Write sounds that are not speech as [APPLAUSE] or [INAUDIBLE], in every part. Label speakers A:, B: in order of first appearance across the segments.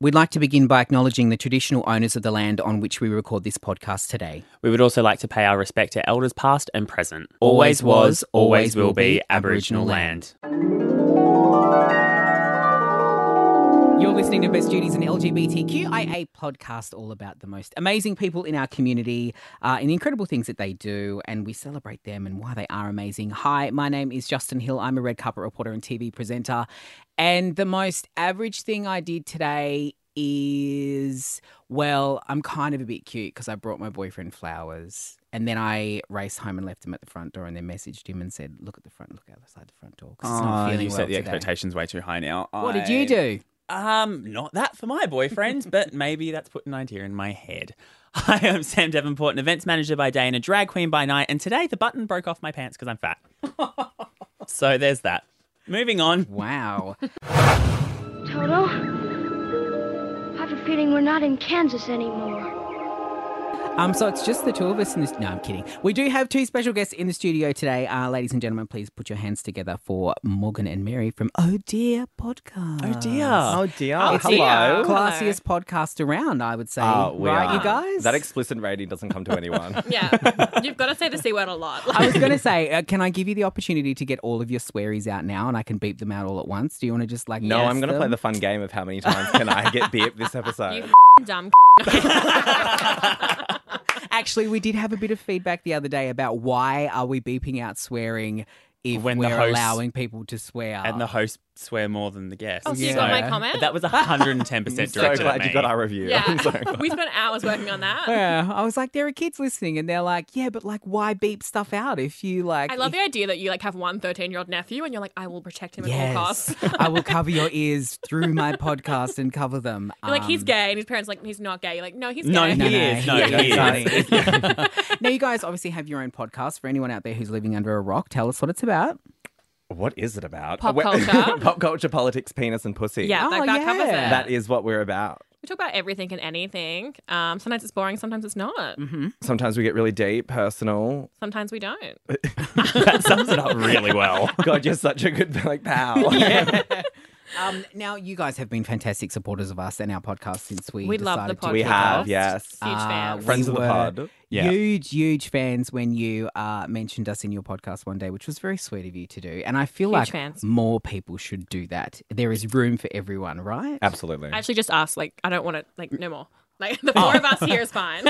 A: We'd like to begin by acknowledging the traditional owners of the land on which we record this podcast today.
B: We would also like to pay our respect to elders past and present.
A: Always was, always will be Aboriginal land. You're listening to Best Duties, an LGBTQIA podcast all about the most amazing people in our community uh, and the incredible things that they do, and we celebrate them and why they are amazing. Hi, my name is Justin Hill. I'm a red carpet reporter and TV presenter. And the most average thing I did today is well, I'm kind of a bit cute because I brought my boyfriend flowers. And then I raced home and left him at the front door and then messaged him and said, Look at the front, look outside the front door. 'cause it's not
B: Oh,
A: feeling
B: you
A: well
B: set the
A: today."
B: expectations way too high now.
A: What did you do?
B: Um, not that for my boyfriend, but maybe that's putting an idea in my head. [LAUGHS] Hi, I'm Sam Davenport, an events manager by day and a drag queen by night, and today the button broke off my pants because
A: [LAUGHS]
B: I'm fat. so there's that. Moving on.
A: Wow.
C: Toto, I have a feeling we're not in Kansas anymore.
A: Um, so it's just the two of us in this. No, I'm kidding. We do have two special guests in the studio today. Uh, ladies and gentlemen, please put your hands together for Morgan and Mary from Oh Dear Podcast.
B: Oh dear.
D: Oh dear!
A: It's the
D: Hello.
A: classiest podcast around, I would say.
D: Oh, we
A: right,
D: are.
A: you guys?
D: That explicit rating doesn't come to anyone.
E: [LAUGHS] Yeah, you've got to say the c word a lot.
A: [LAUGHS] I was going to say, uh, can I give you the opportunity to get all of your swearies out now and I can beep them out all at once? Do you want to just like.
D: [LAUGHS] No,
A: yes
D: I'm going to
A: them?
D: play the fun game of how many times can I get beeped this
E: [LAUGHS] you
D: episode.
E: dumb.
A: Actually, we did have a bit of feedback the other day about why are we beeping out swearing if
B: When the
A: we're
B: host-
A: allowing people to swear.
B: And the hosts swear more than the guests.
E: Oh, so you
A: Yeah.
E: got my comment?
B: That was 110%
A: [LAUGHS]
D: I'm
B: directed
D: so
B: at
D: glad
B: me.
D: you got our review.
E: yeah.
D: I'm [LAUGHS] so glad.
E: we spent hours working on that.
A: Yeah, I was like, there are kids listening, and they're like, yeah, but like, why beep stuff out if you like?
E: I love the
A: if-
E: idea that you like have one 13 year old nephew and you're like, I will protect him at
A: Yes,
E: all costs.
A: I
E: [LAUGHS]
A: will cover your ears through my podcast and cover them.
E: You're like, he's
A: Um,
E: gay, and his parents are like, he's not gay. You're like, no, he's gay.
B: No,
A: No,
B: he
A: no,
B: is.
A: he
B: No,
A: is.
B: he [LAUGHS] is.
A: [LAUGHS] Now, you guys obviously have your own podcast. For anyone out there who's living under a rock, tell us what it's about.
D: What is it about?
E: Pop
D: Well,
E: culture.
D: [LAUGHS] Pop culture, politics, penis, and pussy.
E: Yeah,
A: Oh,
E: that, that covers it.
A: yeah.
D: That is what we're about.
E: we talk about everything and anything. Um, sometimes it's boring, sometimes it's not.
D: Sometimes we get really deep, personal.
E: Sometimes we don't.
B: [LAUGHS] that sums it up really well.
D: God, you're such a good [LAUGHS] like
E: [LAUGHS]
D: pal.
A: Um, now, you guys have been fantastic supporters of us and our podcast since we
E: We love
A: decided
E: the
A: to
E: podcast.
D: We
A: kick
D: have,
A: off.
D: yes.
E: Huge
A: Uh,
E: fans.
A: we
D: Friends of the
A: were
D: pod.
B: Yeah.
A: Huge, huge fans when you uh, mentioned us in your podcast one day, which was very sweet of you to do. And I feel
E: Huge
A: like
E: fans.
A: more people should do that. There is room for everyone, right?
D: Absolutely.
E: Actually, just us. Like, I don't want to, like, no more. Like, [LAUGHS] the four of us here is fine.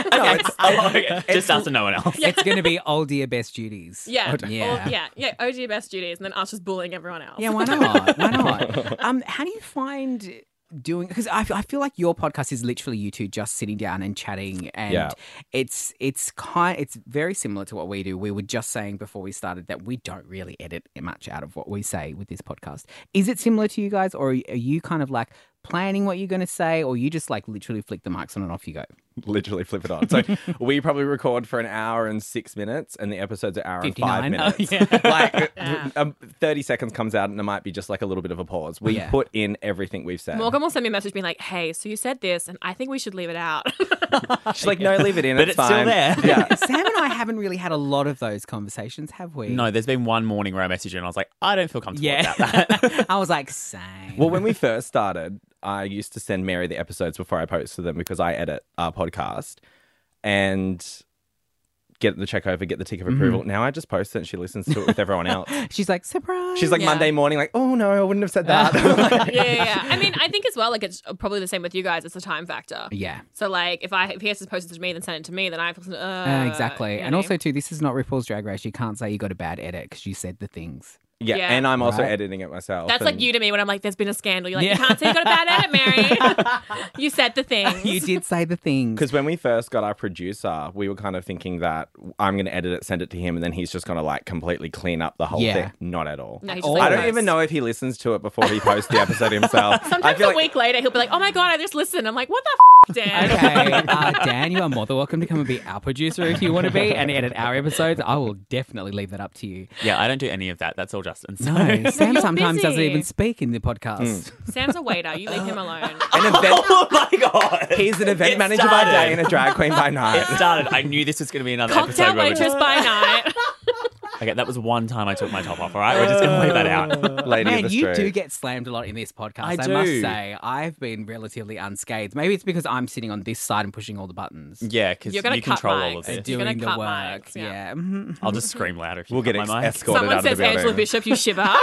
B: Just us and no one else.
A: It's going to
E: [LAUGHS]
A: be old dear best duties.
E: Yeah. Or-
A: Yeah.
E: yeah. Yeah. OG best duties, and then us just bullying everyone
A: [LAUGHS]
E: else.
D: [LAUGHS]
A: Yeah, why not? Why not? Um, how do you find doing? Because I, I feel like your podcast is literally you two just sitting down and chatting, and
D: Yeah.
A: it's it's kind it's very similar to what we do. We were just saying before we started that we don't really edit much out of what we say with this podcast. Is it similar to you guys, or are you kind of like? Planning what you're going to say, or you just like literally flick the mics on and off you go.
D: literally flip
B: [LAUGHS]
D: it on. So we probably record for an hour and six minutes, and the episode's an hour and
A: 59.
B: Oh,
D: five
B: [LAUGHS]
D: minutes. [LAUGHS] like um, thirty seconds comes out, and there might be just like a little bit of a pause. We
A: Yeah.
D: put in everything we've said.
E: Morgan will send me a message being like, hey, so you said this, and I think we should leave it out. [LAUGHS]
D: She's like, no, leave it in.
B: But
D: it's
B: it's still
D: fine."
B: there.
D: [LAUGHS]
A: [LAUGHS]
D: Yeah.
A: Sam and I haven't really had a lot of those conversations, have we?
B: No, there's been one morning where I messaged you and I was like, I don't feel comfortable
A: Yeah.
B: about that.
A: [LAUGHS] I was like, Sam.
D: Well, when we first started, I used to send Mary the episodes before I posted them because I edit our podcast and get the check over, get the tick of
B: Mm-hmm.
D: approval. Now I just post it, and she listens to it with
B: [LAUGHS]
D: everyone else.
A: She's like, surprise.
D: She's like
E: Yeah.
D: Monday morning, like, oh no, I wouldn't have said [LAUGHS] that.
E: yeah, yeah, yeah. I mean, I think as well, like, it's probably the same with you guys. It's the time factor.
A: yeah.
E: So, like, if I if he has to post it to me, then send it to me, then I have to listen to,
A: Uh,
E: uh,
A: exactly.
E: you
A: and
E: know.
A: also, too, this is not RuPaul's Drag Race. You can't say you got a bad edit because you said the things.
D: yeah,
E: Yeah.
D: and I'm also
A: Right.
D: editing it myself.
E: That's like
D: and-
E: you to me when I'm like, there's been a scandal. You're like,
A: Yeah.
E: you can't say you got a bad edit, Mary. you said the thing.
A: [LAUGHS] You did say the
D: [LAUGHS]
A: things.
D: Because when we first got our producer, we were kind of thinking that I'm going to edit it, send it to him, and then he's just going to like completely clean up the whole
A: Yeah.
D: thing. Not at all.
E: No, he just,
A: All
E: like,
D: I don't
E: posts.
D: even know if he listens to it before he posts the episode himself. I
E: [LAUGHS] Sometimes a
D: feel like
E: week later, he'll be like, oh my God, I just listened. I'm like, what the
D: [LAUGHS]
E: f, Dan?
A: Okay, uh, Dan, you are more than welcome to come and be our producer if you want to be and edit our episodes. I will definitely leave that up to you.
B: yeah, I don't do any of that. That's all Justin. So. [LAUGHS]
A: No, Sam
E: you're
A: sometimes doesn't
E: busy.
A: even speak in the podcast.
E: [LAUGHS]
D: Hmm.
A: [LAUGHS]
E: Sam's a waiter. You leave him alone.
D: an event.
B: Oh my god.
D: He's an event
B: It
D: manager by day
B: started.
D: and a drag queen by night.
B: It started. I knew this was going to be another
E: Cocktail
B: episode. where we
E: waitress by night.
B: Okay, that was one time I took my top off. All right, we're just gonna leave that out.
D: [LAUGHS] Lady of
A: Man,
D: the
A: you do
D: street.
A: get slammed a lot in this podcast.
B: I
A: I, must
B: do.
A: say, I've been relatively unscathed. Maybe it's because I'm sitting on this side and pushing all the buttons.
B: Yeah, because you
E: You're gonna cut
B: control all of
E: mics.
B: this.
E: I do. You're gonna
A: Doing the
E: cut
A: work.
E: mics, yeah.
A: yeah. Mhm.
B: I'll just scream louder. If you
D: We'll
B: cut
D: get ex-
B: my mic.
D: escorted
E: Someone
D: out of
E: says
D: the building.
E: Angela Bishop, you shiver.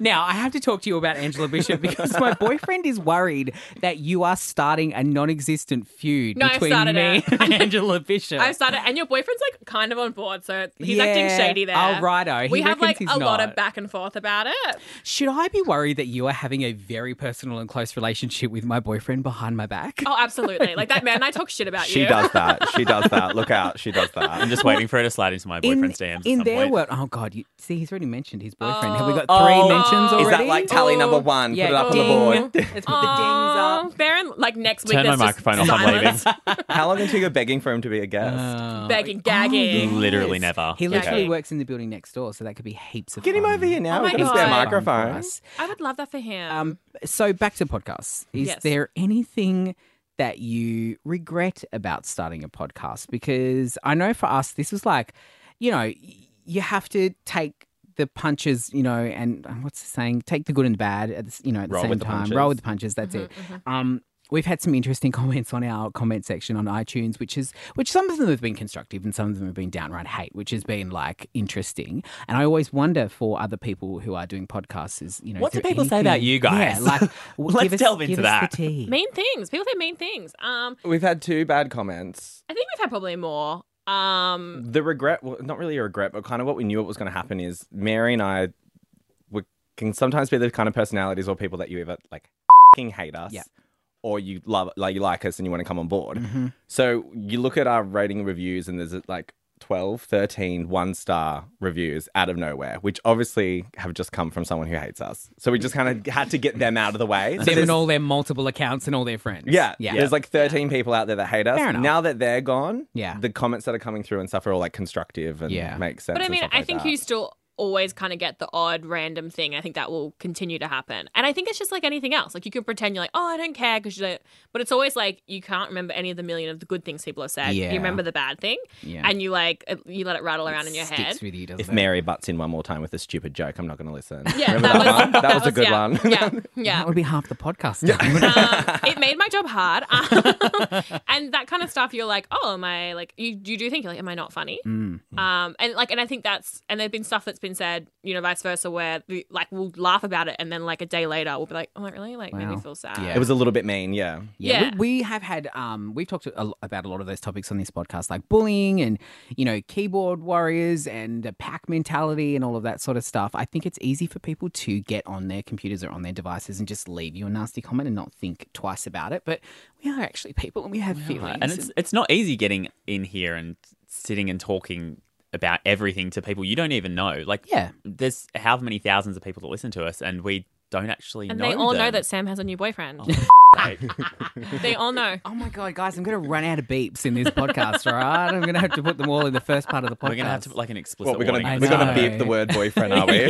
A: Now, I have to talk to you about Angela Bishop
D: [LAUGHS]
A: because my boyfriend is worried that you are starting a non existent feud
E: No, I've
A: between
E: started
A: me
E: it.
A: [LAUGHS] and Angela Bishop.
E: I started, and your boyfriend's like kind of on board, so he's
A: Yeah.
E: acting shady there.
A: Oh, righto. He
E: we have
A: reckons
E: like a
A: he's
E: lot
A: not.
E: of back and forth about it.
A: Should I be worried that you are having a very personal and close relationship with my boyfriend behind my back?
E: Oh, absolutely. Like that man, and I talk shit about
D: She
E: you. [LAUGHS]
D: does that. She does that. Look out. She does that.
B: I'm just waiting for her to slide into my boyfriend's
A: in,
B: DMs. at
A: in
B: some
A: their
B: point.
A: world, oh god! You, see, he's already mentioned his boyfriend. Have we got
B: Oh.
A: three
B: Oh.
A: mentions
B: Is
A: already? Oh.
D: Is that like tally number one?
A: Yeah,
D: Put it up
A: ding.
D: on the board.
A: Let's put
E: Oh, Baron, like next week.
B: Turn my
E: there's just
B: microphone off. I'm leaving.
E: silence.
D: How long until you're begging for him to be a guest?
A: Oh.
E: Begging,
D: Oh.
E: gagging.
B: Literally never.
A: He literally
E: Okay.
A: works in the building next door, so that could be heaps of
D: Get him
A: fun.
D: over here now.
E: Oh
D: We've
E: my
D: got a spare
E: God.
A: For
D: microphone.
A: us.
E: [LAUGHS] I would love that for him.
A: Um, so back to podcasts. Is
E: Yes.
A: there anything that you regret about starting a podcast? Because I know for us, this was like, you know, y- you have to take the punches, you know, and and what's the saying? Take the good and the bad at the, s- you know at the
D: Roll
A: same
D: with the
A: time.
D: punches.
A: Roll with the punches. That's it. Um, we've had some interesting [LAUGHS] comments on our comment section on iTunes, which is which some of them have been constructive and some of them have been downright hate, which has been like interesting. And I always wonder for other people who are doing podcasts, is you know,
B: What
A: is
B: do
A: there
B: people say about
A: anything-
B: you guys?
A: Yeah, [LAUGHS] like w-
B: Let's
A: give us,
B: delve into
A: give us
B: that.
A: the tea.
E: mean things. People say mean things. Um,
D: We've had two bad comments.
E: I think we've had probably more. Um,
D: The regret, well, not really a regret, but kind of what we knew what was going to happen is Mary and I we can sometimes be the kind of personalities or people that you either like fing hate us
A: Yeah.
D: or you love, like you like us and you want to come on board.
A: Mhm.
D: So you look at our rating reviews and there's like 12, 13 one star reviews out of nowhere, which obviously have just come from someone who hates us. So we just kind of had to get them out of the way.
A: Them
D: So there's-
A: and all their multiple accounts and all their friends.
D: Yeah,
A: yeah.
D: There's like 13 people out there that hate us.
A: Fair enough.
D: Now that they're gone,
A: Yeah.
D: the comments that are coming through and stuff are all like constructive and
A: Yeah.
D: make sense.
E: but I
D: and
E: mean,
D: stuff
E: I
D: like
E: think
D: that.
E: you still always kind of get the odd random thing. I think that will continue to happen. And I think it's just like anything else. Like you can pretend you're like, oh, I don't care because you don't. But it's always like you can't remember any of the million of the good things people have said.
A: Yeah.
E: You remember the bad thing,
A: Yeah.
E: and you like it- you let it rattle around in your
A: Sticks
E: head.
A: with you, doesn't
D: If
A: it?
D: Mary butts in one more time with a stupid joke, I'm not going to listen.
E: Yeah,
D: Remember that, one? That was a good
E: yeah,
D: one.
E: Yeah, yeah.
A: That would be half the podcast. [LAUGHS] Mm.
E: um, it made my job hard. [LAUGHS] Um, and that kind of stuff, you're like, oh, am I like, you, you do think, you're like, am I not funny?
A: Mm.
E: Um, and like, and I think that's, and there's been stuff that's been said, you know, vice versa, where we, like we'll laugh about it. And then like a day later, we'll be like, oh, that really like made
A: Wow.
E: me feel sad.
A: Yeah.
D: [LAUGHS] It was a little bit mean, yeah.
A: Yeah,
E: Yeah.
A: We, we have had um, we've talked a, lo- about a lot of those topics on this podcast, like bullying and you know keyboard warriors and the pack mentality and all of that sort of stuff. I think it's easy for people to get on their computers or on their devices and just leave you a nasty comment and not think twice about it. But we are actually people and we have feelings.
B: And it's it's not easy getting in here and sitting and talking about everything to people you don't even know. Like
A: Yeah.
B: there's however many thousands of people that listen to us and we don't actually
E: And
B: know
E: they all know
B: them.
E: that Sam has a new boyfriend.
B: [LAUGHS] Right.
E: they
A: [LAUGHS]
E: all know.
A: Oh my god, guys! I'm going to run out of beeps in this podcast, all right? I'm going to have to put them all in the first part of the podcast.
B: We're gonna have to put like an explicit
D: Well, we're going
B: warning.
A: I
D: to we're going
A: know.
B: [LAUGHS]
D: to beep the word [LAUGHS] boyfriend, are we?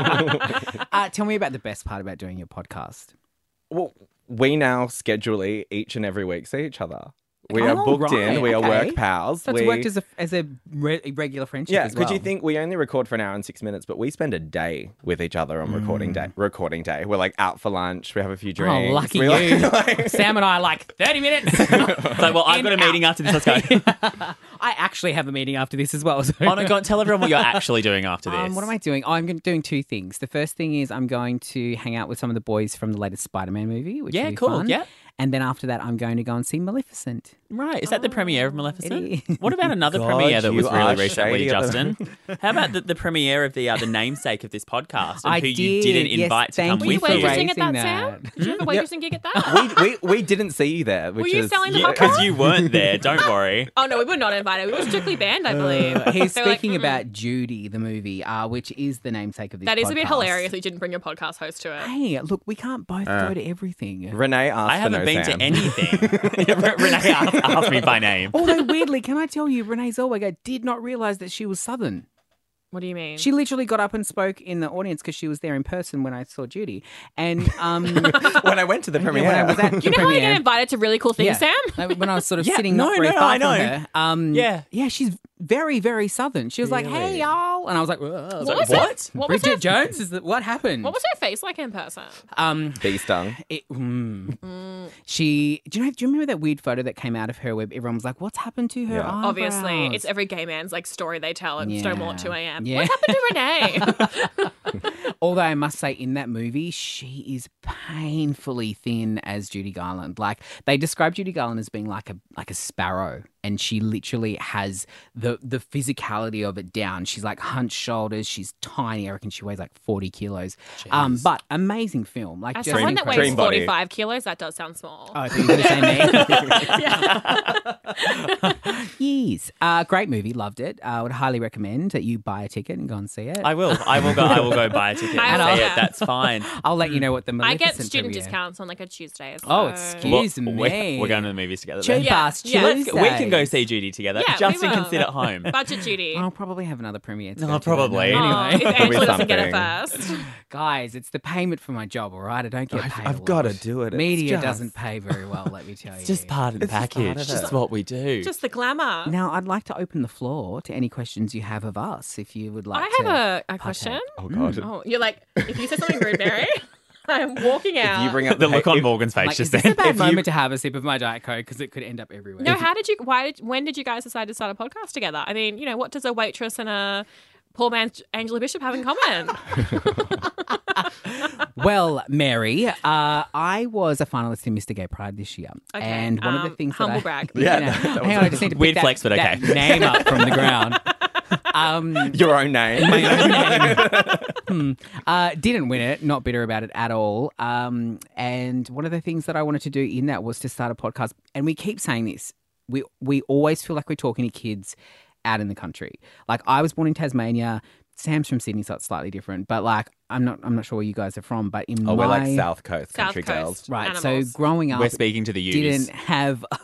A: uh, tell me about the best part about doing your podcast.
D: [LAUGHS] well, we now schedule each and every week see each other. We are
A: Oh,
D: booked
A: right,
D: in. We are
A: okay.
D: work pals.
A: So it's
D: we,
A: worked as a as a re- regular friendship.
D: Yeah,
A: as
D: because you
A: well.
D: think we only record for an hour and six minutes, but we spend a day with each other on recording day. Recording day, we're like out for lunch. We have a few drinks.
A: Oh, lucky
D: we
A: you.
D: Like, [LAUGHS] like-
A: Sam and I are like 30 minutes.
B: It's like, well, I've got a meeting after this. Let's go.
A: I actually have a meeting after this as well. So.
B: oh no, go on, tell everyone what you're actually doing after this.
A: Um, what am I doing? Oh, I'm gonna- doing two things. The first thing is I'm going to hang out with some of the boys from the latest Spider-Man movie, which
B: Yeah,
A: will be
B: cool,
A: fun.
B: yeah.
A: And then after that, I'm going to go and see Maleficent.
B: Right, is that the premiere of Maleficent?
A: is.
B: Oh, What about another
D: God,
B: premiere that was
D: you
B: really
D: are
B: recently,
D: shady at
B: Justin? [LAUGHS] How about the, the premiere of the uh, the namesake of this podcast and
A: I
B: who you didn't
A: did, yes,
B: invite to
A: thank you
B: come
E: Were you
B: with you?
A: for
E: waitressing at
A: raising
E: that,
A: that.
E: Sam? Did you have a
A: [LAUGHS]
E: waitressing gig at that?
D: we, we we didn't see you there. Which
E: you
D: is,
E: selling the
D: yeah.
E: podcast?
B: Because you weren't there. Don't worry.
E: [LAUGHS] oh no, we were not invited. We
A: [LAUGHS]
E: were strictly banned, I believe.
A: He's
E: They were like,
A: speaking
E: "Mm-mm."
A: about Judy, the movie, uh, which is the namesake of this.
E: That is a bit
A: podcast.
E: hilarious. that You didn't bring your podcast host to it.
A: Hey, look, we can't both
B: Uh,
A: go to everything.
D: Renee asked
B: I
D: for
B: haven't
D: no
B: been
D: Sam.
B: to anything. [LAUGHS] Yeah, Re- Renee asked, asked me by name. [LAUGHS]
A: Although weirdly, can I tell you, Renee Zellweger did not realize that she was Southern.
E: What do you mean?
A: She literally got up and spoke in the audience because she was there in person when I saw Judy. And
B: [LAUGHS]
A: um,
D: [LAUGHS] when I went to the premiere,
A: when I was at
E: you know how I get
A: premiere-
E: invited to really cool things,
A: yeah,
E: Sam?
A: like, when I was sort of
B: Yeah,
A: sitting
B: no,
A: not very
B: no,
A: far
B: I know.
A: from her. Um,
B: Yeah.
A: yeah, she's very, very southern. She was like, "Hey
D: Really?
A: y'all," and I was like, "What?"
E: What
B: What?
E: was Her, what was
A: Bridget
E: her?
A: Jones is the, what happened?
E: What was her face like in person?
A: um,
D: [LAUGHS] bee stung.
A: it, mm. she? Do you know? Do you remember that weird photo that came out of her where everyone was like, "What's happened to her?"
D: Yeah.
A: Eyebrows?
E: Obviously, it's every gay man's like story they tell at Stonewall at
A: Yeah.
E: 2 a.m.
A: Yeah.
E: What happened to Renee?
A: [LAUGHS] Although I must say, in that movie, she is painfully thin as Judy Garland. Like they describe Judy Garland as being like a like a sparrow, and she literally has the the physicality of it down. She's like hunched shoulders. She's tiny. I reckon she weighs like forty kilos. Um, but amazing film. Like
E: As
A: just
E: someone that weighs
A: incredible.
D: Dream body.
E: 45 kilos, that does sound small.
A: Oh,
E: [LAUGHS]
A: I think you were gonna say me. yes. Uh, great movie. Loved it. I would highly recommend that you buy a ticket and go and see it.
B: [LAUGHS] I will. I will go. I will go buy a ticket.
E: I
B: and
E: will,
B: say
E: yeah.
B: it. That's fine.
A: will let you know what the
E: I get
A: Maleficent
E: student
A: premiere-
E: discounts on like a Tuesday. So.
A: Oh, excuse
B: Well,
A: me.
B: We, we're going to the movies together.
A: Cheap
B: then.
E: Yeah,
A: ass
E: yeah.
B: Let's
A: Tuesday.
B: go- we can go see Judy together.
E: Yeah, we
B: Justin can
E: will.
B: sit at home.
E: [LAUGHS] Budget Judy.
A: I'll probably have another premiere. To
B: No,
A: go to
B: probably.
A: that night.
E: Aw, if
A: Oh, Anyway,
D: Probably
E: Angela doesn't get it
D: something.
A: [LAUGHS]
E: first.
A: guys, it's the payment for my job. All right, I don't get paid.
D: I've
A: got
D: gotta do it. It's
A: Media
D: just-
A: doesn't pay very well. Let me tell you.
B: [LAUGHS] It's [LAUGHS] just part of the
D: It's just
B: package.
D: part of
B: It's
D: it.
B: just what we do.
E: Just the glamour.
A: Now, I'd like to open the floor to any questions you have of us, if you would like.
E: I have
A: to.
E: a, a question.
D: Oh god!
E: Oh, you're like, if you say something rude, Mary, [LAUGHS] I'm walking out.
D: If you bring up
B: [LAUGHS] the look
D: pa-
B: on
D: if-
B: Morgan's face
A: Like, is this
B: just [LAUGHS] then.
A: a bad
B: If you-
A: moment to have a sip of my diet coke because it could end up everywhere?
E: no, how did you? Why? Did, when did you guys decide to start a podcast together? I mean, you know, what does a waitress and a poor man Angela Bishop have in common?
A: well, Mary, uh, I was a finalist in Mr. Gay Pride this year,
E: Okay,
A: and one of the
E: um,
A: things that
E: humble
A: I,
E: brag.
A: [LAUGHS] Yeah,
B: [LAUGHS]
D: Yeah, that- that
A: hang
D: was-
A: on, I just need to pick
B: Weird
A: that-
B: flex, but
A: that
B: okay.
A: name up from the ground.
B: [LAUGHS]
A: Um,
D: [LAUGHS] your own name.
A: uh, didn't win it, not bitter about it at all. Um, and one of the things that I wanted to do in that was to start a podcast. And we keep saying this. We we always feel like we're talking to kids out in the country. Like I was born in Tasmania. Sam's from Sydney, so it's slightly different. But like I'm not I'm not sure where you guys are from. But in
D: oh,
A: my
D: we're like South Coast
E: South
D: country
E: Coast.
D: girls.
A: right.
E: animals.
A: So growing up,
B: We're speaking to the youths.
A: didn't have [LAUGHS]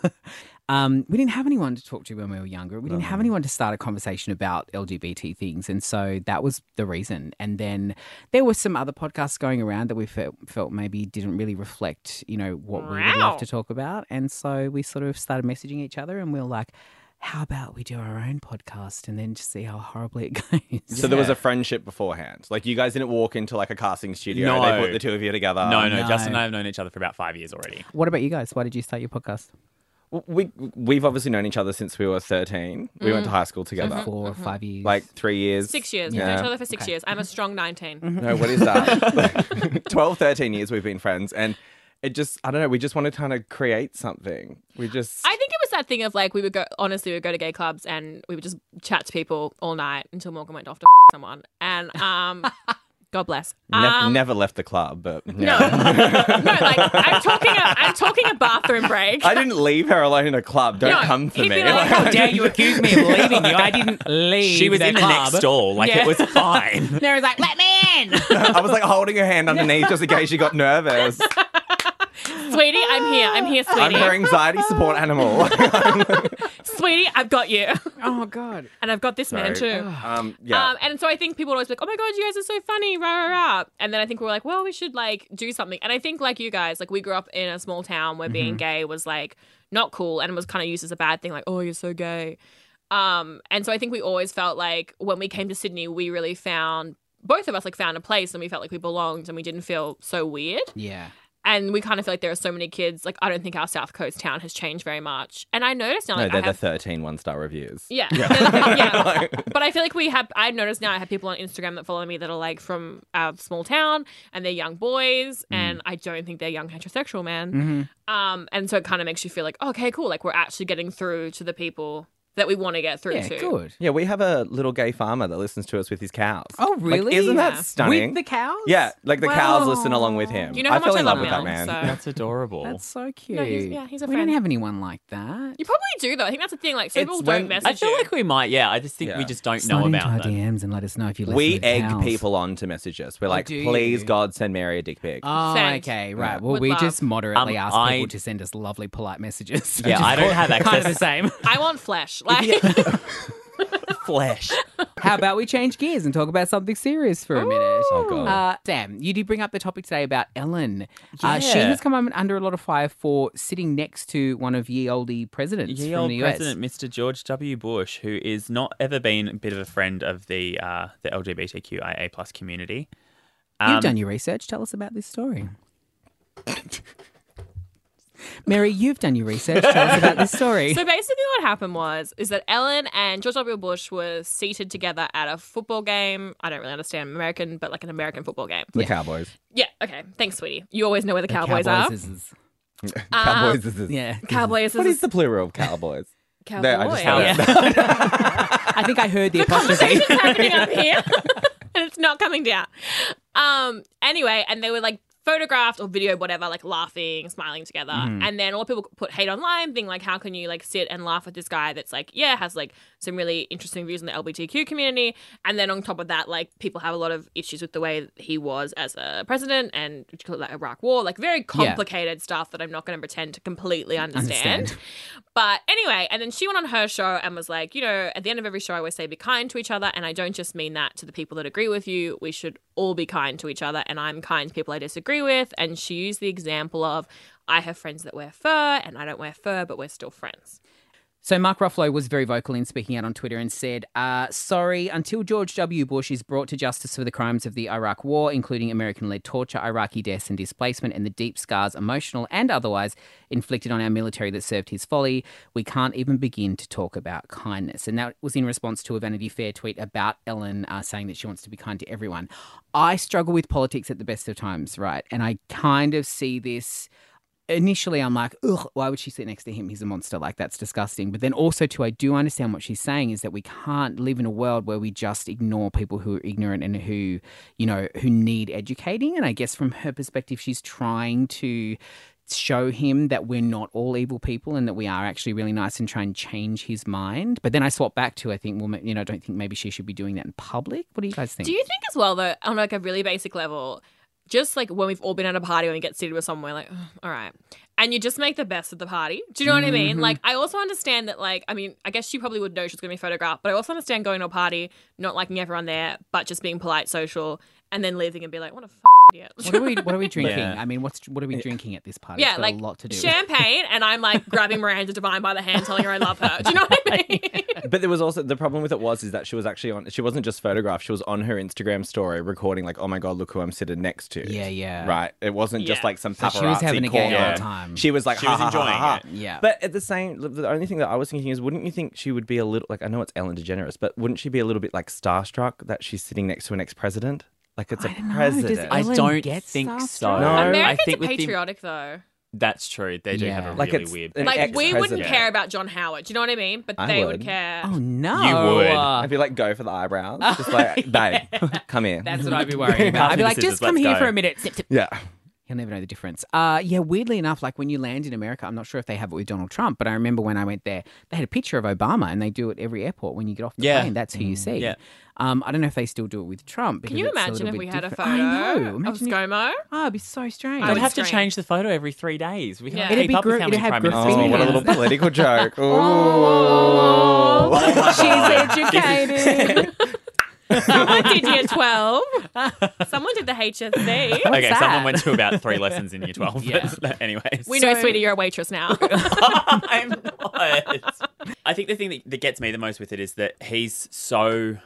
A: um, we didn't have anyone to talk to when we were younger. We didn't have anyone to start a conversation about LGBT things, and so that was the reason. And then there were some other podcasts going around that we felt, felt maybe didn't really reflect, you know, what we would
E: Wow.
A: love to talk about, and so we sort of started messaging each other, and we were like. How about we do our own podcast and then just see how horribly it [LAUGHS] goes?
D: So there was a friendship beforehand. Like you guys didn't walk into like a casting studio.
B: No.
D: They put the two of you together.
B: No, no,
A: No.
B: Justin and I have known each other for about five years already.
A: What about you guys? Why did you start your podcast?
D: We we've obviously known each other since we were thirteen. We went to high school together.
A: 4
B: Mm-hmm.
A: or five years?
D: Like three years.
E: Mm. Mm-hmm. Six years. We've known
D: Yeah.
E: each other for six years. I'm a strong 19.
D: No, what is
E: [LAUGHS]
D: that? [LAUGHS] 12, 13 years we've been friends. And it just, I don't know, we just want to kind of create something. We just,
E: I think it was that thing of like we would go honestly we would go to gay clubs and we would just chat to people all night until Morgan went off to [LAUGHS] someone and um God bless
D: ne-
E: um,
D: never left the club, but
E: no
D: yeah.
E: [LAUGHS] no like I'm talking a, I'm talking a bathroom break
D: I didn't leave her alone in a club. Don't
E: No,
D: come for
E: he'd be
D: me.
E: like,
A: how dare you accuse me of leaving you? I didn't leave.
B: [LAUGHS] She was
A: that
B: in the
A: club.
B: next stall. Like,
E: Yeah.
B: it was
E: [LAUGHS]
B: fine.
E: Nara's like let me
D: [LAUGHS] I was like holding her
E: [LAUGHS]
D: hand underneath just in case she got nervous.
E: in sweetie I'm here I'm here
D: I'm
E: sweetie
D: her anxiety support
E: [LAUGHS]
D: animal.
E: sweetie I've got you [LAUGHS]
A: Oh God!
E: and I've got
D: [LAUGHS]
E: this man
D: Sorry.
E: too
D: um, yeah.
E: Um, and so I think people would always be like, oh my God, you guys are so funny, rah, rah, rah. And then I think we were like, well, we should like do something. And I think, like you guys, like we grew up in a small town where
D: Mm-hmm.
E: being gay was like not cool and was kind of used as a bad thing, like, oh, you're so gay. Um, and so I think we always felt like when we came to Sydney, we really found both of us like found a place and we felt like we belonged and we didn't feel so weird
A: Yeah.
E: and we kind of feel like there are so many kids like i don't think our south coast town has changed very much and i noticed now
D: no,
E: like
D: they're
E: I have
D: the 13 one star reviews. [LAUGHS]
E: yeah. [LAUGHS] Yeah. yeah. But I feel like we have, I noticed now I have people on Instagram that follow me that are like from our small town and they're young boys and I don't think they're young heterosexual men.
D: Mm-hmm.
A: Mhm.
E: Um, and so it kind of makes you feel like, okay, cool. Like we're actually getting through to the people that we want to get through
A: Yeah.
E: to.
A: Good.
D: Yeah, we have a little gay farmer that listens to us with his cows.
A: Oh
D: Like,
A: really?
D: isn't
E: Yeah.
D: that stunning?
A: With the cows?
D: yeah, like the cows
A: Wow.
D: listen along with him.
E: You know how
D: I fell
E: much I
D: in
E: love
D: love with
E: Mel,
D: that man.
E: so-
B: That's adorable.
A: That's so cute.
E: he's- yeah, he's a
A: we
E: friend.
A: don't have anyone like that.
E: You probably do though. I think that's the thing. Like, so
D: It's
E: people don't
D: when-
E: message
B: I feel
E: you.
B: like we might. Yeah, I just think we
D: Yeah.
B: just don't
A: Slide
B: know
A: into
B: about
A: our
B: them.
A: DMs and let us know if you listen
D: We
A: with
D: egg
A: cows.
D: people on to message us. We're like,
A: do
D: please,
A: you?
D: God, send Mary a dick pic.
A: Oh,
E: Send.
A: okay, right.
D: Yeah.
A: Well,
E: Would
A: we
E: love.
A: just moderately
B: Um,
A: ask
B: I-
A: people to send us lovely, polite messages. [LAUGHS]
B: Yeah, I don't have
A: Kind of the
B: access
A: same.
E: I want flesh. Like,
B: to flesh.
A: How about we change gears and talk about something serious for a minute?
D: Oh, God.
A: Uh, Sam, you did bring up the topic today about Ellen. Uh, she
B: Yeah.
A: has come un- under a lot of fire for sitting next to one of ye olde presidents
B: Ye
A: from
B: old
A: the US.
B: President Mr. George W. Bush, who is not ever been a bit of a friend of the uh, the LGBTQIA plus community.
A: You've done your research. Tell us about this story. Mary, you've done your research. Tell us about this story.
E: [LAUGHS] So basically, what happened was is that Ellen and George W. Bush were seated together at a football game. I don't really understand American, but like an American football game.
D: The Cowboys.
E: Yeah. Okay. Thanks, sweetie. You always know where the,
A: The
E: Cowboys, are.
A: is- is-
D: Cowboys is is-
A: Uh, yeah.
E: Cowboys.
D: What is
E: is
D: the plural
A: [LAUGHS]
D: of cowboys?
E: Cowboys.
D: There, I just found
B: Yeah.
D: that.
A: I think I heard the apostrophe.
E: It's
D: [LAUGHS]
E: happening up here, [LAUGHS] and it's not coming down. Um. Anyway, and they were like photographed or videoed, whatever, like laughing, smiling together,
D: Mm-hmm.
E: and then all people put hate online, being like, "How can you like sit and laugh at this guy that's like, yeah, has like some really interesting views in the LGBTQ community?" And then on top of that, like people have a lot of issues with the way he was as a president and what you call it, like Iraq War, like very complicated stuff that I'm not going to pretend to completely understand.
A: Understand.
E: But anyway, and then she went on her show and was like, you know, at the end of every show, I always say be kind to each other. And I don't just mean that to the people that agree with you. We should all be kind to each other. And I'm kind to people I disagree with. And she used the example of, I have friends that wear fur and I don't wear fur, but we're still friends.
A: So Mark Ruffalo was very vocal in speaking out on Twitter and said, uh, "Sorry, until George W. Bush is brought to justice for the crimes of the Iraq War, including American-led torture, Iraqi deaths and displacement, and the deep scars, emotional and otherwise, inflicted on our military that served his folly, we can't even begin to talk about kindness." And that was in response to a Vanity Fair tweet about Ellen uh, saying that she wants to be kind to everyone. I struggle with politics at the best of times, right? And I kind of see this initially I'm like, ugh, why would she sit next to him? He's a monster. Like, that's disgusting. But then also, too, I do understand what she's saying is that we can't live in a world where we just ignore people who are ignorant and who, you know, who need educating. And I guess from her perspective, she's trying to show him that we're not all evil people and that we are actually really nice and try and change his mind. But then I swap back to, I think, well, ma- you know, I don't think maybe she should be doing that in public. What do you guys think?
E: Do you think as well, though, on like a really basic level, just like when we've all been at a party, when we get seated with someone, we're like, "Ugh, all right. And you just make the best of the party. Do you know what I
A: Mm-hmm.
E: mean? Like, I also understand that, like, I mean, I guess she probably would know she was going to be photographed, but I also understand going to a party, not liking everyone there, but just being polite, social, and then leaving and be like, what a f- idiot.
A: what are we what
B: [LAUGHS]
A: are we drinking?
B: Yeah.
A: I mean, what's what are we drinking at this party?
E: [LAUGHS] yeah,
A: it's got
E: like
A: a lot to do. with-
E: champagne, and
A: [LAUGHS]
E: I'm like grabbing Miranda Devine by the hand, telling her I love her. Do you know what I mean?
D: But there was also the problem with it was is that she was actually on. She wasn't just photographed. She was on her Instagram story recording like, oh my god, look who I'm sitting next to.
A: Yeah, yeah.
D: Right. It wasn't just
E: Yeah.
D: like some
A: So [LAUGHS]
D: paparazzi
A: she was having a gay
D: corner.
A: old time.
D: She was like,
B: She
D: ha,
B: was
D: ha, ha,
B: enjoying
D: ha, ha.
B: it.
A: Yeah.
D: But at the same, the only thing that I was thinking is, wouldn't you think she would be a little like? I know it's Ellen DeGeneres, but wouldn't she be a little bit like starstruck that she's sitting next to an ex-president? Like it's a
A: don't know. Does
D: president.
A: Ellen
B: I don't
A: get
B: think so.
A: starstruck?
D: No. I
E: Americans
B: think
E: are
B: with the-
E: patriotic, though.
B: That's true. They do
A: Yeah.
B: have a
D: Like
B: really
D: it's
B: weird.
D: an
E: Like, we wouldn't
D: ex-president.
E: care about John Howard. Do you know what I mean? But
D: I
E: they
D: would.
E: would care.
A: Oh no!
B: would. [LAUGHS]
D: I'd be like, go for the eyebrows.
A: [LAUGHS]
D: Just like, babe, [LAUGHS] come here.
A: Oh, That's what I'd be worrying about. I'd be
B: Passing
A: like,
B: scissors,
A: just come
B: let's
A: here
B: go.
A: for a minute. Zip, zip.
D: yeah.
A: He'll never know the difference. Uh, yeah, weirdly enough, like when you land in America, I'm not sure if they have it with Donald Trump, but I remember when I went there, they had a picture of Obama, and they do it every airport when you get off the
B: Yeah. Mm-hmm.
A: plane. That's who you see.
B: Yeah.
A: Um, I don't know if they still do it with Trump.
E: Can you imagine if we had a photo
A: I know.
E: of
A: Imagine if-
E: ScoMo?
A: oh, it'd be so strange.
E: I
B: I'd
E: would
B: have to
E: scream.
B: change the photo every three days. We can't
E: Yeah. It'd
B: keep
A: be
B: up with
A: gr-
B: how
A: it'd
B: many
A: have
B: prime
A: graffiti
B: ministers.
D: Oh,
B: we
D: what a
A: Yes.
D: little
B: have.
A: [LAUGHS]
D: political joke.
A: Oh.
E: Oh.
D: Ooh.
A: She's educated.
E: Someone did year 12. Someone did the HSC.
B: Okay,
A: that?
B: someone went to about three lessons [LAUGHS] in year twelve.
A: Yeah.
B: But anyways,
E: We know, sweetie, you're a waitress now.
B: [LAUGHS] I'm not. I think the thing that, that gets me the most with it is that he's so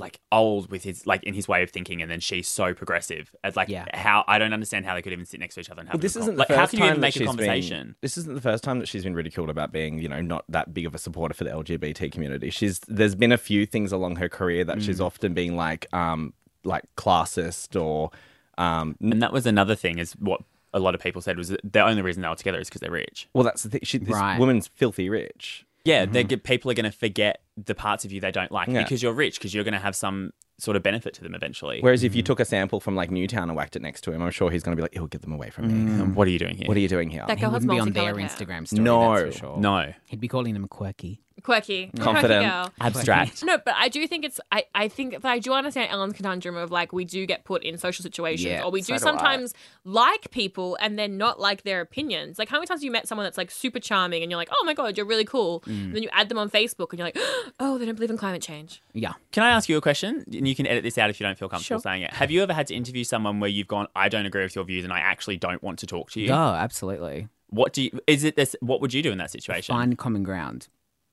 B: like old with his like in his way of thinking, and then she's so progressive. As like
A: Yeah.
B: how I don't understand how they could even sit next to each other and have
D: Well, this
B: a con-
D: isn't the
B: like
D: first
B: how can you
D: time
B: even
D: that
B: make a
D: she's
B: conversation?
D: Been, this isn't the first time that she's been ridiculed about being, you know, not that big of a supporter for the LGBT community. She's there's been a few things along her career that
B: Mm.
D: she's often been like, um, like classist or, um, n-
B: And that was another thing is what a lot of people said was that the only reason they were together is because they're rich.
D: well, that's the thing. She, this
A: Right.
D: woman's filthy rich.
B: Yeah, they're g people are going to forget the parts of you they don't like
D: Yeah.
B: because you're rich because you're going to have some sort of benefit to them eventually.
D: Whereas if you took a sample from like Newtown and whacked it next to him, I'm sure he's going to be like, "He'll get them away from me."
B: what are you doing here?
D: What are you doing here?
E: That
A: he
E: girl has
A: wouldn't be on
E: multicolored
A: their
E: hair.
A: Instagram story.
D: No.
A: that's for sure.
B: no.
A: he'd be calling them quirky.
E: quirky,
D: Confident.
E: quirky girl.
B: Abstract.
E: No, but I do think it's. I, I think that I do understand Ellen's conundrum of like we do get put in social situations,
A: Yeah,
E: or we
A: so
E: do
A: do I.
E: sometimes like people and then not like their opinions. Like how many times have you met someone that's like super charming and you're like, oh my god, you're really cool,
A: Mm.
E: and then you add them on Facebook and you're like, [GASPS] oh, they don't believe in climate change.
A: Yeah.
B: Can I ask you a question? And you can edit this out if you don't feel comfortable saying it. Have you ever had to interview someone where you've gone, I don't agree with your views and I actually don't want to talk to you?
A: Oh, absolutely.
B: What do you, is it this, what would you do in that situation?
A: Find common ground.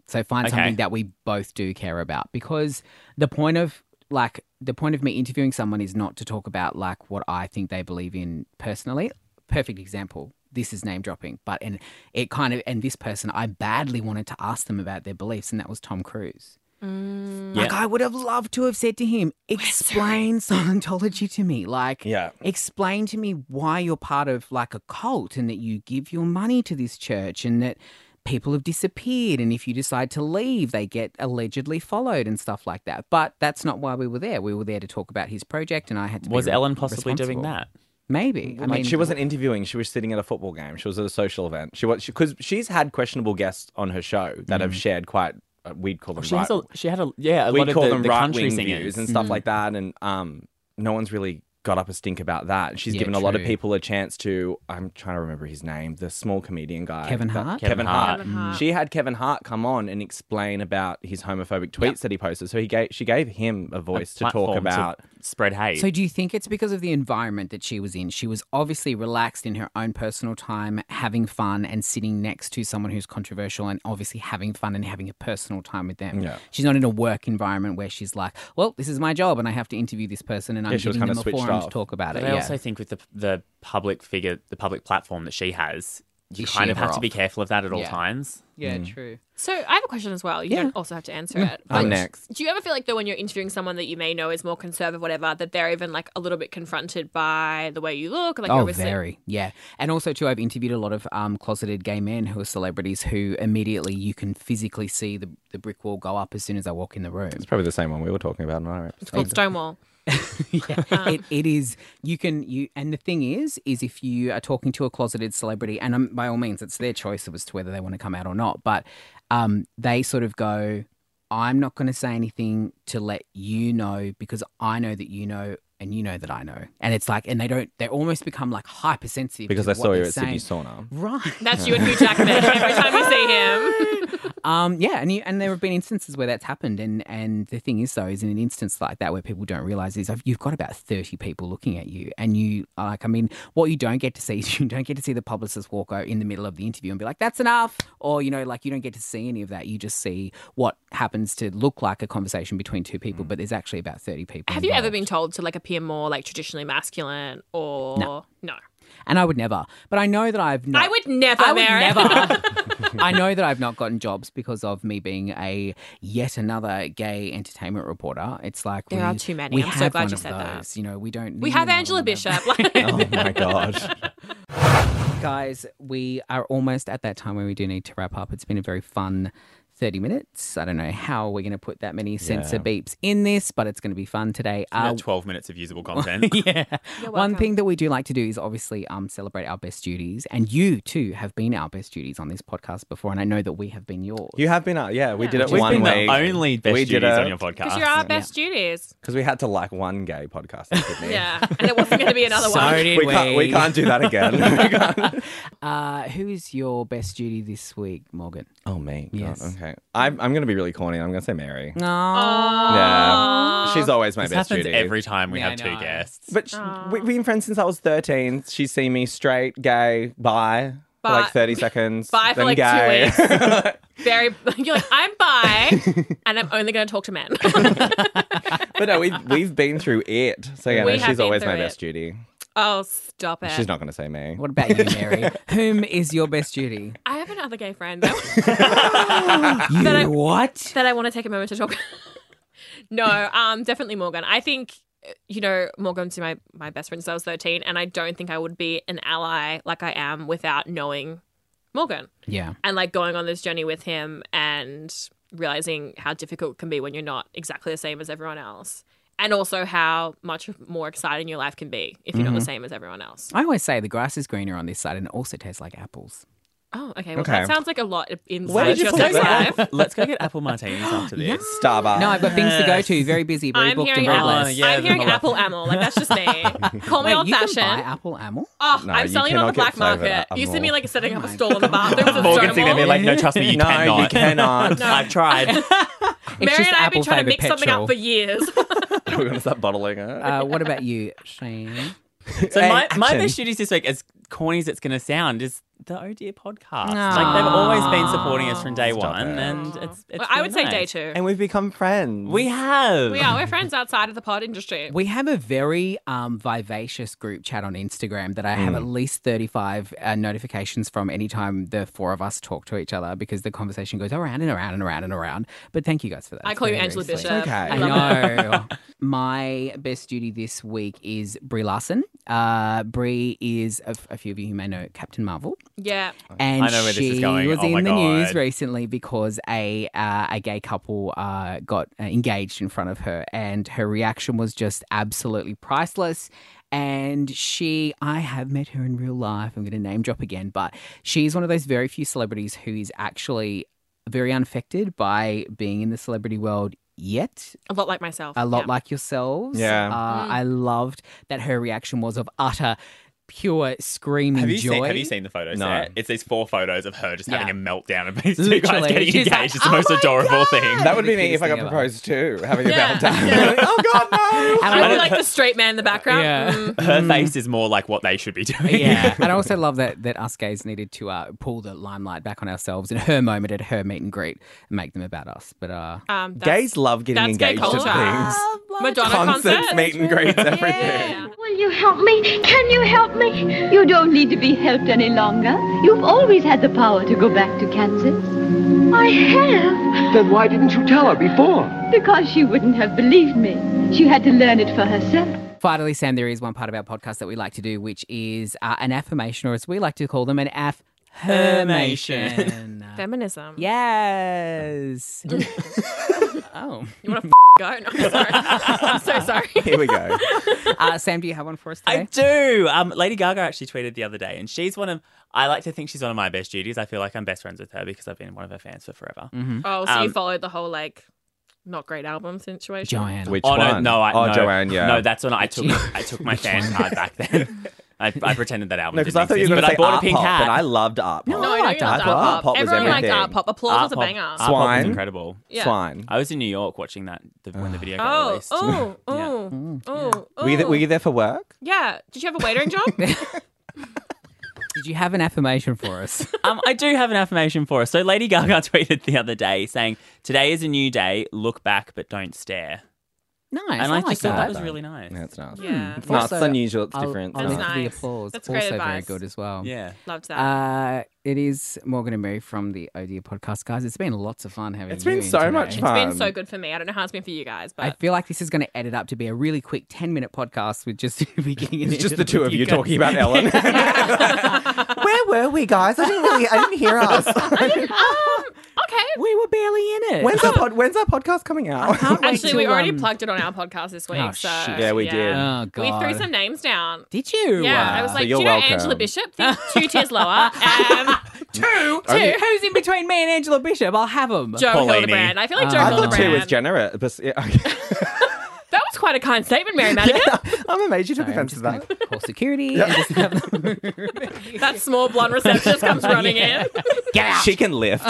A: So find
B: Okay.
A: something that we both do care about because the point of like the point of me interviewing someone is not to talk about like what I think they believe in personally. Perfect example. This is name dropping, but and it kind of and this person I badly wanted to ask them about their beliefs and that was Tom Cruise. Like
B: Yeah.
A: I would have loved to have said to him, explain Scientology to me. Like
D: Yeah.
A: explain to me why you're part of like a cult and that you give your money to this church and that people have disappeared and if you decide to leave they get allegedly followed and stuff like that but that's not why we were there we were there to talk about his project and i had to be
B: Was
A: re-
B: Ellen possibly doing
A: responsible.
B: that?
A: maybe i
D: like
A: mean
D: she wasn't interviewing; she was sitting at a football game. She was at a social event. She was because she's had questionable guests on her show that have shared quite. Uh, we'd call them
B: She,
D: right.
B: has a, she had a, yeah, a
D: we'd
B: lot of
D: call
B: the,
D: them
B: the
D: right
B: country
D: wing
B: singers.
D: views and stuff
E: Mm.
D: like that. And um, no one's really got up a stink about that. She's
A: Yeah,
D: given a lot of
A: true.
D: people a chance to. I'm trying to remember his name. The small comedian guy,
A: Kevin
D: that-
A: Hart?
D: Kevin,
B: Kevin
D: Hart.
E: Kevin Hart.
D: She had Kevin Hart come on and explain about his homophobic tweets that he posted. So he gave she gave him a voice to talk
B: platform
D: about.
B: spread hate.
A: so do you think it's because of the environment that she was in she was obviously relaxed in her own personal time having fun and sitting next to someone who's controversial and obviously having fun and having a personal time with them
D: Yeah.
A: She's not in a work environment where she's like, well, this is my job and I have to interview this person and I'm
D: Yeah, she was
A: giving
D: kinda
A: them a
D: switched
A: forum to
D: off.
A: talk about
B: But
A: it.
B: I
A: yeah.
B: also think with the the public figure, the public platform that she has, you
A: You
B: kind of
A: shield
B: have
A: her
B: to be
A: off.
B: careful of that at all
A: Yeah.
B: times.
A: yeah,
D: Mm.
A: true.
E: So I have a question as well. You don't also have to answer
A: Mm,
E: it.
A: Oh,
D: I'm
E: but
D: next.
E: Do you ever feel like though when you're interviewing someone that you may know is more conservative, whatever, that they're even like a little bit confronted by the way you look? Like
A: oh,
E: obviously-
A: very. Yeah. And also, too, I've interviewed a lot of um, closeted gay men who are celebrities who immediately you can physically see the, the brick wall go up as soon as I walk in the room.
D: It's probably the same one we were talking about in our episode.
E: It's called Stonewall.
D: [LAUGHS]
A: yeah,
D: Um,
A: it, it is. You can you and the thing is, is if you are talking to a closeted celebrity, and um, by all means, it's their choice as to whether they want to come out or not. But um, they sort of go, "I'm not going to say anything to let you know because I know that you know." And you know that I know, and it's like, and they don't. They almost become like hypersensitive
D: because
A: to
D: I
A: what
D: saw you
A: they're
D: at Sydney
A: saying.
D: Sauna.
A: Right. [LAUGHS]
E: That's you and Hugh Jackman every time you see him.
A: Um, yeah, and you, and there have been instances where that's happened, and and the thing is though, is in an instance like that where people don't realize is I've- you've got about thirty people looking at you, and you are like, I mean, what you don't get to see [LAUGHS] is you don't get to see the publicist walk out in the middle of the interview and be like, that's enough, or you know, like you don't get to see any of that. You just see what happens to look like a conversation between two people, but there's actually about thirty people.
E: Mm. Have you ever
A: involved.
E: been told to like appear more like traditionally masculine or no?
A: And I would never, but I know that I've not.
E: I would never
A: I would
E: marry.
A: never. I know that I've not gotten jobs because of me being a yet another gay entertainment reporter. It's like
E: There
A: we,
E: are too many.
A: We
E: I'm so
A: have
E: glad
A: one
E: you
A: of
E: said that.
A: those. You know, we don't.
E: [LAUGHS] we
A: need
E: have
A: another
E: Angela
A: one of those.
E: Bishop. Like,
D: Oh [LAUGHS] my god!
A: Guys, we are almost at that time where we do need to wrap up. It's been a very fun. 30 minutes. I don't know how we're going to put that many sensor beeps in this, but it's going to be fun today. Uh,
B: About Twelve minutes of usable content. [LAUGHS]
A: yeah. One
E: welcome.
A: thing that we do like to do is obviously um, celebrate our best duties, and you too have been our best duties on this podcast before, and I know that we have been yours.
D: You have been, uh, yeah. We did it
B: We've
D: one
B: been
D: week.
B: the only best
D: we
B: duties
D: did it
B: on your
E: Because
B: podcast.
E: you're our best duties.
D: because we had to like one gay podcast. didn't we?
E: Yeah. And it wasn't going to be another
A: So
E: one.
A: did
D: We can't, we can't do that again. We can't.
A: Uh, who is your best duty this week, Morgan?
D: oh me, God,
A: Yes.
D: okay. I'm, I'm gonna be really corny. I'm gonna say Mary.
A: No.
E: Oh.
D: Yeah, she's always my
B: This
D: best
B: happens
D: duty.
B: every time we
A: Yeah,
B: have
A: I
B: two
A: know.
B: guests.
D: But she, we, we've been friends since I was 13. She's seen me straight, gay, bi, for
E: Bi-
D: like 30 seconds.
E: bi
D: then
E: for like two
D: gay.
E: Very. [LAUGHS] You're like, I'm bi and I'm only going to talk to men.
D: [LAUGHS]
E: [LAUGHS]
D: but no, we've, we've been through it. So yeah,
E: We
D: no,
E: have
D: she's
E: been
D: always my
E: through
D: best
E: it.
D: duty.
E: oh, stop it.
D: She's not going to say me.
A: What about you,
B: [LAUGHS]
A: Mary? Whom is your best
E: [LAUGHS]
A: duty?
E: I have another gay friend that,
A: You
E: I-
A: what?
E: that I want to take a moment to talk. [LAUGHS] no, um, definitely Morgan. I think uh, you know Morgan's my my best friend since I was thirteen, and I don't think I would be an ally like I am without knowing Morgan
A: Yeah.
E: and like going on this journey with him and realizing how difficult it can be when you're not exactly the same as everyone else. And also how much more exciting your life can be if you're not the same as everyone else.
A: I always say the grass is greener on this side and it also tastes like apples.
E: Oh, okay. Well,
D: Okay.
E: that sounds like a lot in
D: Where
E: such
D: did you
E: your
D: pull
E: sex
D: that
E: life.
B: [LAUGHS] Let's go get apple martinis [GASPS] after this.
D: Starbucks.
A: No, I've got things to go
B: Yes.
A: to. Very busy, very
E: Uh, I'm
A: booked, and
E: hearing
A: very
E: apple.
B: Oh,
A: blessed.
B: yeah,
E: I'm hearing
B: there's a lot.
E: apple amel. Like that's just me. Call me
A: Wait,
E: old
A: you can buy
E: fashioned.
A: apple amel?
E: Oh,
D: No,
E: I'm
D: you
E: selling it on the
D: cannot get
E: black
D: flavored
E: market.
D: apple.
E: Used to me like setting up
A: Oh
E: a
A: my
E: store in the bathroom. It's a
B: Morgan's sitting there
E: mall.
B: being like, no, [LAUGHS] trust me, you
D: No,
B: cannot.
D: you
B: [LAUGHS]
D: cannot.
B: I've tried.
A: It's
E: Mary
A: just
E: and I have been trying
A: apple-flavored
E: to mix something
A: petrol.
E: up for years.
D: We're going to start bottling it.
A: Uh, what about you, Shane?
B: Uh, So
D: Hey,
B: my, my
D: action.
B: best duties this week, as corny as it's going to sound, is the Oh Dear podcast.
A: Aw.
B: Like they've always been supporting us from day
D: Stop
B: one,
D: it.
B: and it's, it's
E: Well, I
B: been
E: would say day
B: nice.
E: two.
D: and we've become friends.
B: We have.
E: We are. We're friends outside of the pod industry.
A: We have a very um, vivacious group chat on Instagram that I have at least 35 uh, notifications from anytime the four of us talk to each other because the conversation goes around and around and around and around. But thank you guys for that.
E: I
A: It's
E: call you
A: very, very
E: Angela
A: sweet.
E: Bishop.
D: okay.
E: I
A: I
E: love it. [LAUGHS]
A: know. [LAUGHS] My best duty this week is Brie Larson. Uh, Brie is, a, a few of you who may know, Captain Marvel.
E: Yeah.
A: And
B: I know where this
A: she
B: is going.
A: was
B: Oh my
A: in the news
B: God.
A: recently because a uh, a gay couple uh, got uh, engaged in front of her, and her reaction was just absolutely priceless. And she, I have met her in real life. I'm going to name drop again, but she's one of those very few celebrities who is actually very unaffected by being in the celebrity world yet
E: A lot like myself.
A: a lot
E: Yeah.
A: like yourselves.
D: Yeah.
A: Uh, I loved that her reaction was of utter, pure screaming
B: Have you,
A: joy.
B: seen, have you seen the photos?
D: No.
B: There? It's these four photos of her just
A: Yeah.
B: having a meltdown and these two guys
A: Literally.
B: getting
A: She's
B: engaged.
A: like,
B: it's the
A: "Oh
B: most
A: my
B: adorable thing.
D: That would be me
A: Biggest
D: if I got
A: thing ever.
D: proposed to having a
E: Yeah. [LAUGHS]
D: meltdown. oh God, no!
A: And
E: I
A: I [LAUGHS]
E: would be
A: love-
E: like the straight man in the background.
A: Yeah.
E: Mm.
B: Her face is more like what they should be
A: [LAUGHS]
B: doing.
A: yeah, and I also love that that us gays needed to uh, pull the limelight back on ourselves in her moment at her meet and greet and make them about us. But uh,
E: Um, that's-
D: Gays love getting
E: that's gay
D: engaged at
E: culture.
D: things.
E: Madonna
D: Concerts,
E: concert.
D: meet and greets, everything.
E: Yeah.
C: Will you help me? Can you help me?
F: You don't need to be helped any longer. You've always had the power to go back to Kansas.
C: I have.
G: Then why didn't you tell her before?
F: Because she wouldn't have believed me. She had to learn it for herself.
A: finally, Sam, there is one part of our podcast that we like to do, which is uh, an affirmation, or as we like to call them, an affirmation.
E: Feminism.
A: [LAUGHS] yes. oh,
E: You want to f- go? No, I'm sorry. I'm so sorry.
D: Here we go.
A: uh, Sam, do you have one for us today?
B: I do. Um, Lady Gaga actually tweeted the other day, and she's one of. I like to think she's one of my best duties. I feel like I'm best friends with her because I've been one of her fans for forever.
D: Mm-hmm.
E: Oh, so you
B: Um,
E: followed the whole like not great album situation.
A: Joanne.
D: Which
B: oh
D: one?
B: no, no, I,
D: oh
B: no,
D: Joanne, yeah.
B: no, that's when I took
A: Which-
B: I took my fan card
D: [LAUGHS]
B: back then. I, I pretended that album.
D: no, because
B: didn't
D: I thought you
B: exist,
D: were going
B: but
D: to say
B: I bought
D: art
B: a pink
D: pop,
B: hat.
D: but I loved art pop.
E: No, I
A: I
E: know
A: liked
E: you loved
A: art
D: pop.
E: art
D: Art
E: pop.
D: pop was
E: Everyone liked
D: everything.
E: art pop. Applause
B: art
E: was a
B: pop-
E: banger.
B: Art pop was
D: Swine.
B: incredible.
E: Yeah.
D: Swine.
B: I was in New York watching that the, when the video got
E: Oh,
B: released.
E: oh,
B: Yeah.
D: Mm,
E: oh, oh,
D: Were you, th- were you there for work?
E: Yeah. Did you have a
D: [LAUGHS]
E: waitering job?
A: Did you have an affirmation for
B: [LAUGHS]
A: us?
B: [LAUGHS] um, I do have an affirmation for us. So Lady Gaga [LAUGHS] tweeted the other day saying, "Today is a new day. Look back, but don't stare."
A: nice.
B: And
A: I,
B: I, just
A: like
B: thought that,
A: that.
B: was really nice.
D: Yeah, it's not.
E: yeah.
D: It's not.
A: Also,
D: it's unusual. It's
A: I'll-
D: different.
A: I'll
D: It's
A: listen
E: That's
D: not.
A: to the
E: nice.
A: applause.
E: That's
A: also
E: great
A: very
E: advice.
A: good as well.
B: Yeah.
E: Loved that.
A: Uh, it is Morgan and Mary from the Odia podcast, guys. It's been lots of fun having.
D: It's
A: you
D: been
A: in
D: so
A: today.
D: much
E: it's been
D: fun.
E: so good for me. I don't know how it's been for you guys,
A: I
E: but
A: feel like this is going to edit up to be a really quick ten-minute podcast with just [LAUGHS] beginning. and
D: It's just
A: ending
D: the two of you
A: guys.
B: [LAUGHS]
D: talking about
E: [LAUGHS]
D: Ellen. Where were we, guys? I didn't really. I didn't
E: [LAUGHS]
D: hear us.
E: um, okay.
A: We were barely in it.
D: when's our pod, When's our podcast coming out?
A: Can't wait
E: Actually, we
A: till,
E: already
A: um,
E: plugged it on our podcast this week.
A: Oh,
E: so
A: shit.
D: Yeah, we
A: [LAUGHS]
D: did.
A: Oh god.
E: We threw some names down.
A: Did you?
E: Yeah, I
D: Wow.
E: was
D: So
E: like,
D: you're
E: do you know
D: welcome.
E: Angela
D: [LAUGHS]
E: Bishop? Think two tiers lower. Um,
A: two.
D: Only-
A: Who's in between me and Angela Bishop? I'll have them.
E: Joe
B: Paulini.
E: Hildebrand. I feel like Joe
A: I
D: [LAUGHS] I
A: thought
D: thought two
E: Hildebrand.
D: was generous. But, yeah, okay.
E: that was quite a kind statement, Mary Madigan.
D: I'm amazed you took
A: Sorry, I'm
D: offense to
A: just
D: that.
A: [LAUGHS] gonna call security. and just have them- [LAUGHS]
E: that small blonde
D: [LAUGHS]
E: receptionist comes running in.
A: Get out.
D: She can
E: [LAUGHS]
D: lift.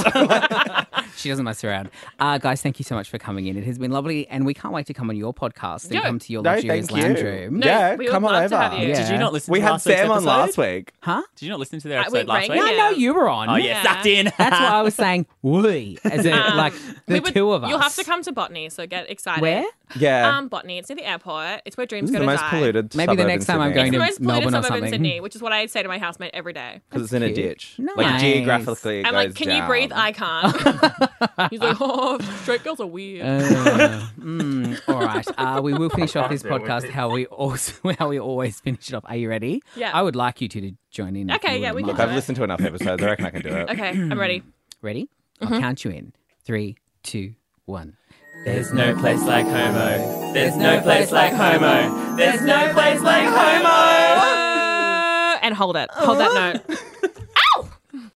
A: She doesn't mess around. Uh, guys, thank you so much for coming in. It has been lovely, and we can't wait to come on your podcast and
E: Yeah.
A: come to your
D: No,
A: luxurious
D: thank you.
A: lounge room.
E: No,
D: yeah,
E: we would
D: come on
E: love
D: over.
E: to have you.
A: Yeah.
B: Did you not listen?
D: We
B: to
D: had
B: last week's
D: Sam on
B: episode?
D: last week.
A: Huh?
B: Did you not listen to their
E: Uh, we
B: episode last
E: rang
B: week?
E: it.
A: I know you were on.
B: Oh yeah,
E: Yeah.
B: sucked in. [LAUGHS]
A: That's why I was saying [LAUGHS] we, as in
E: Um,
A: like the
E: we would-
A: two of us.
E: You'll have to come to Botany, so get excited.
A: Where?
E: [LAUGHS]
D: Yeah.
E: Um, Botany. It's near the airport. It's where
D: Uh, this
E: dreams
D: is
E: go
D: the
E: to
D: most
E: die.
D: polluted
A: Maybe the
D: suburb
A: next
D: in
A: time I'm
D: Sydney.
A: going
E: It's
A: to
E: the most polluted
A: Melbourne or
E: suburb in
A: something.
D: [LAUGHS]
E: Sydney, which is what I say to my housemate every day.
D: because it's in a
A: Cute.
D: ditch.
A: Nice.
D: Like geographically, it
E: I'm like,
D: goes
E: can you
D: down.
E: breathe?
D: [LAUGHS]
E: I can't. He's like, oh, straight girls are weird.
A: Uh, mm, all right. Uh, we will finish off this podcast how we also [LAUGHS] how we always finish it off. Are you ready?
E: Yeah.
A: I would like you two to join in. if
E: Okay,
A: you
E: yeah,
A: wouldn't
E: we can
A: mind.
D: Look, I've listened to enough episodes. I reckon I can do it.
E: [LAUGHS] okay, [CLEARS THROAT] I'm ready.
A: Ready?
E: Uh-huh.
A: I'll count you in. Three, two, one.
B: There's no place like Homo. There's no place like Homo. There's no place like Homo.
E: Uh, and hold it. Hold that note.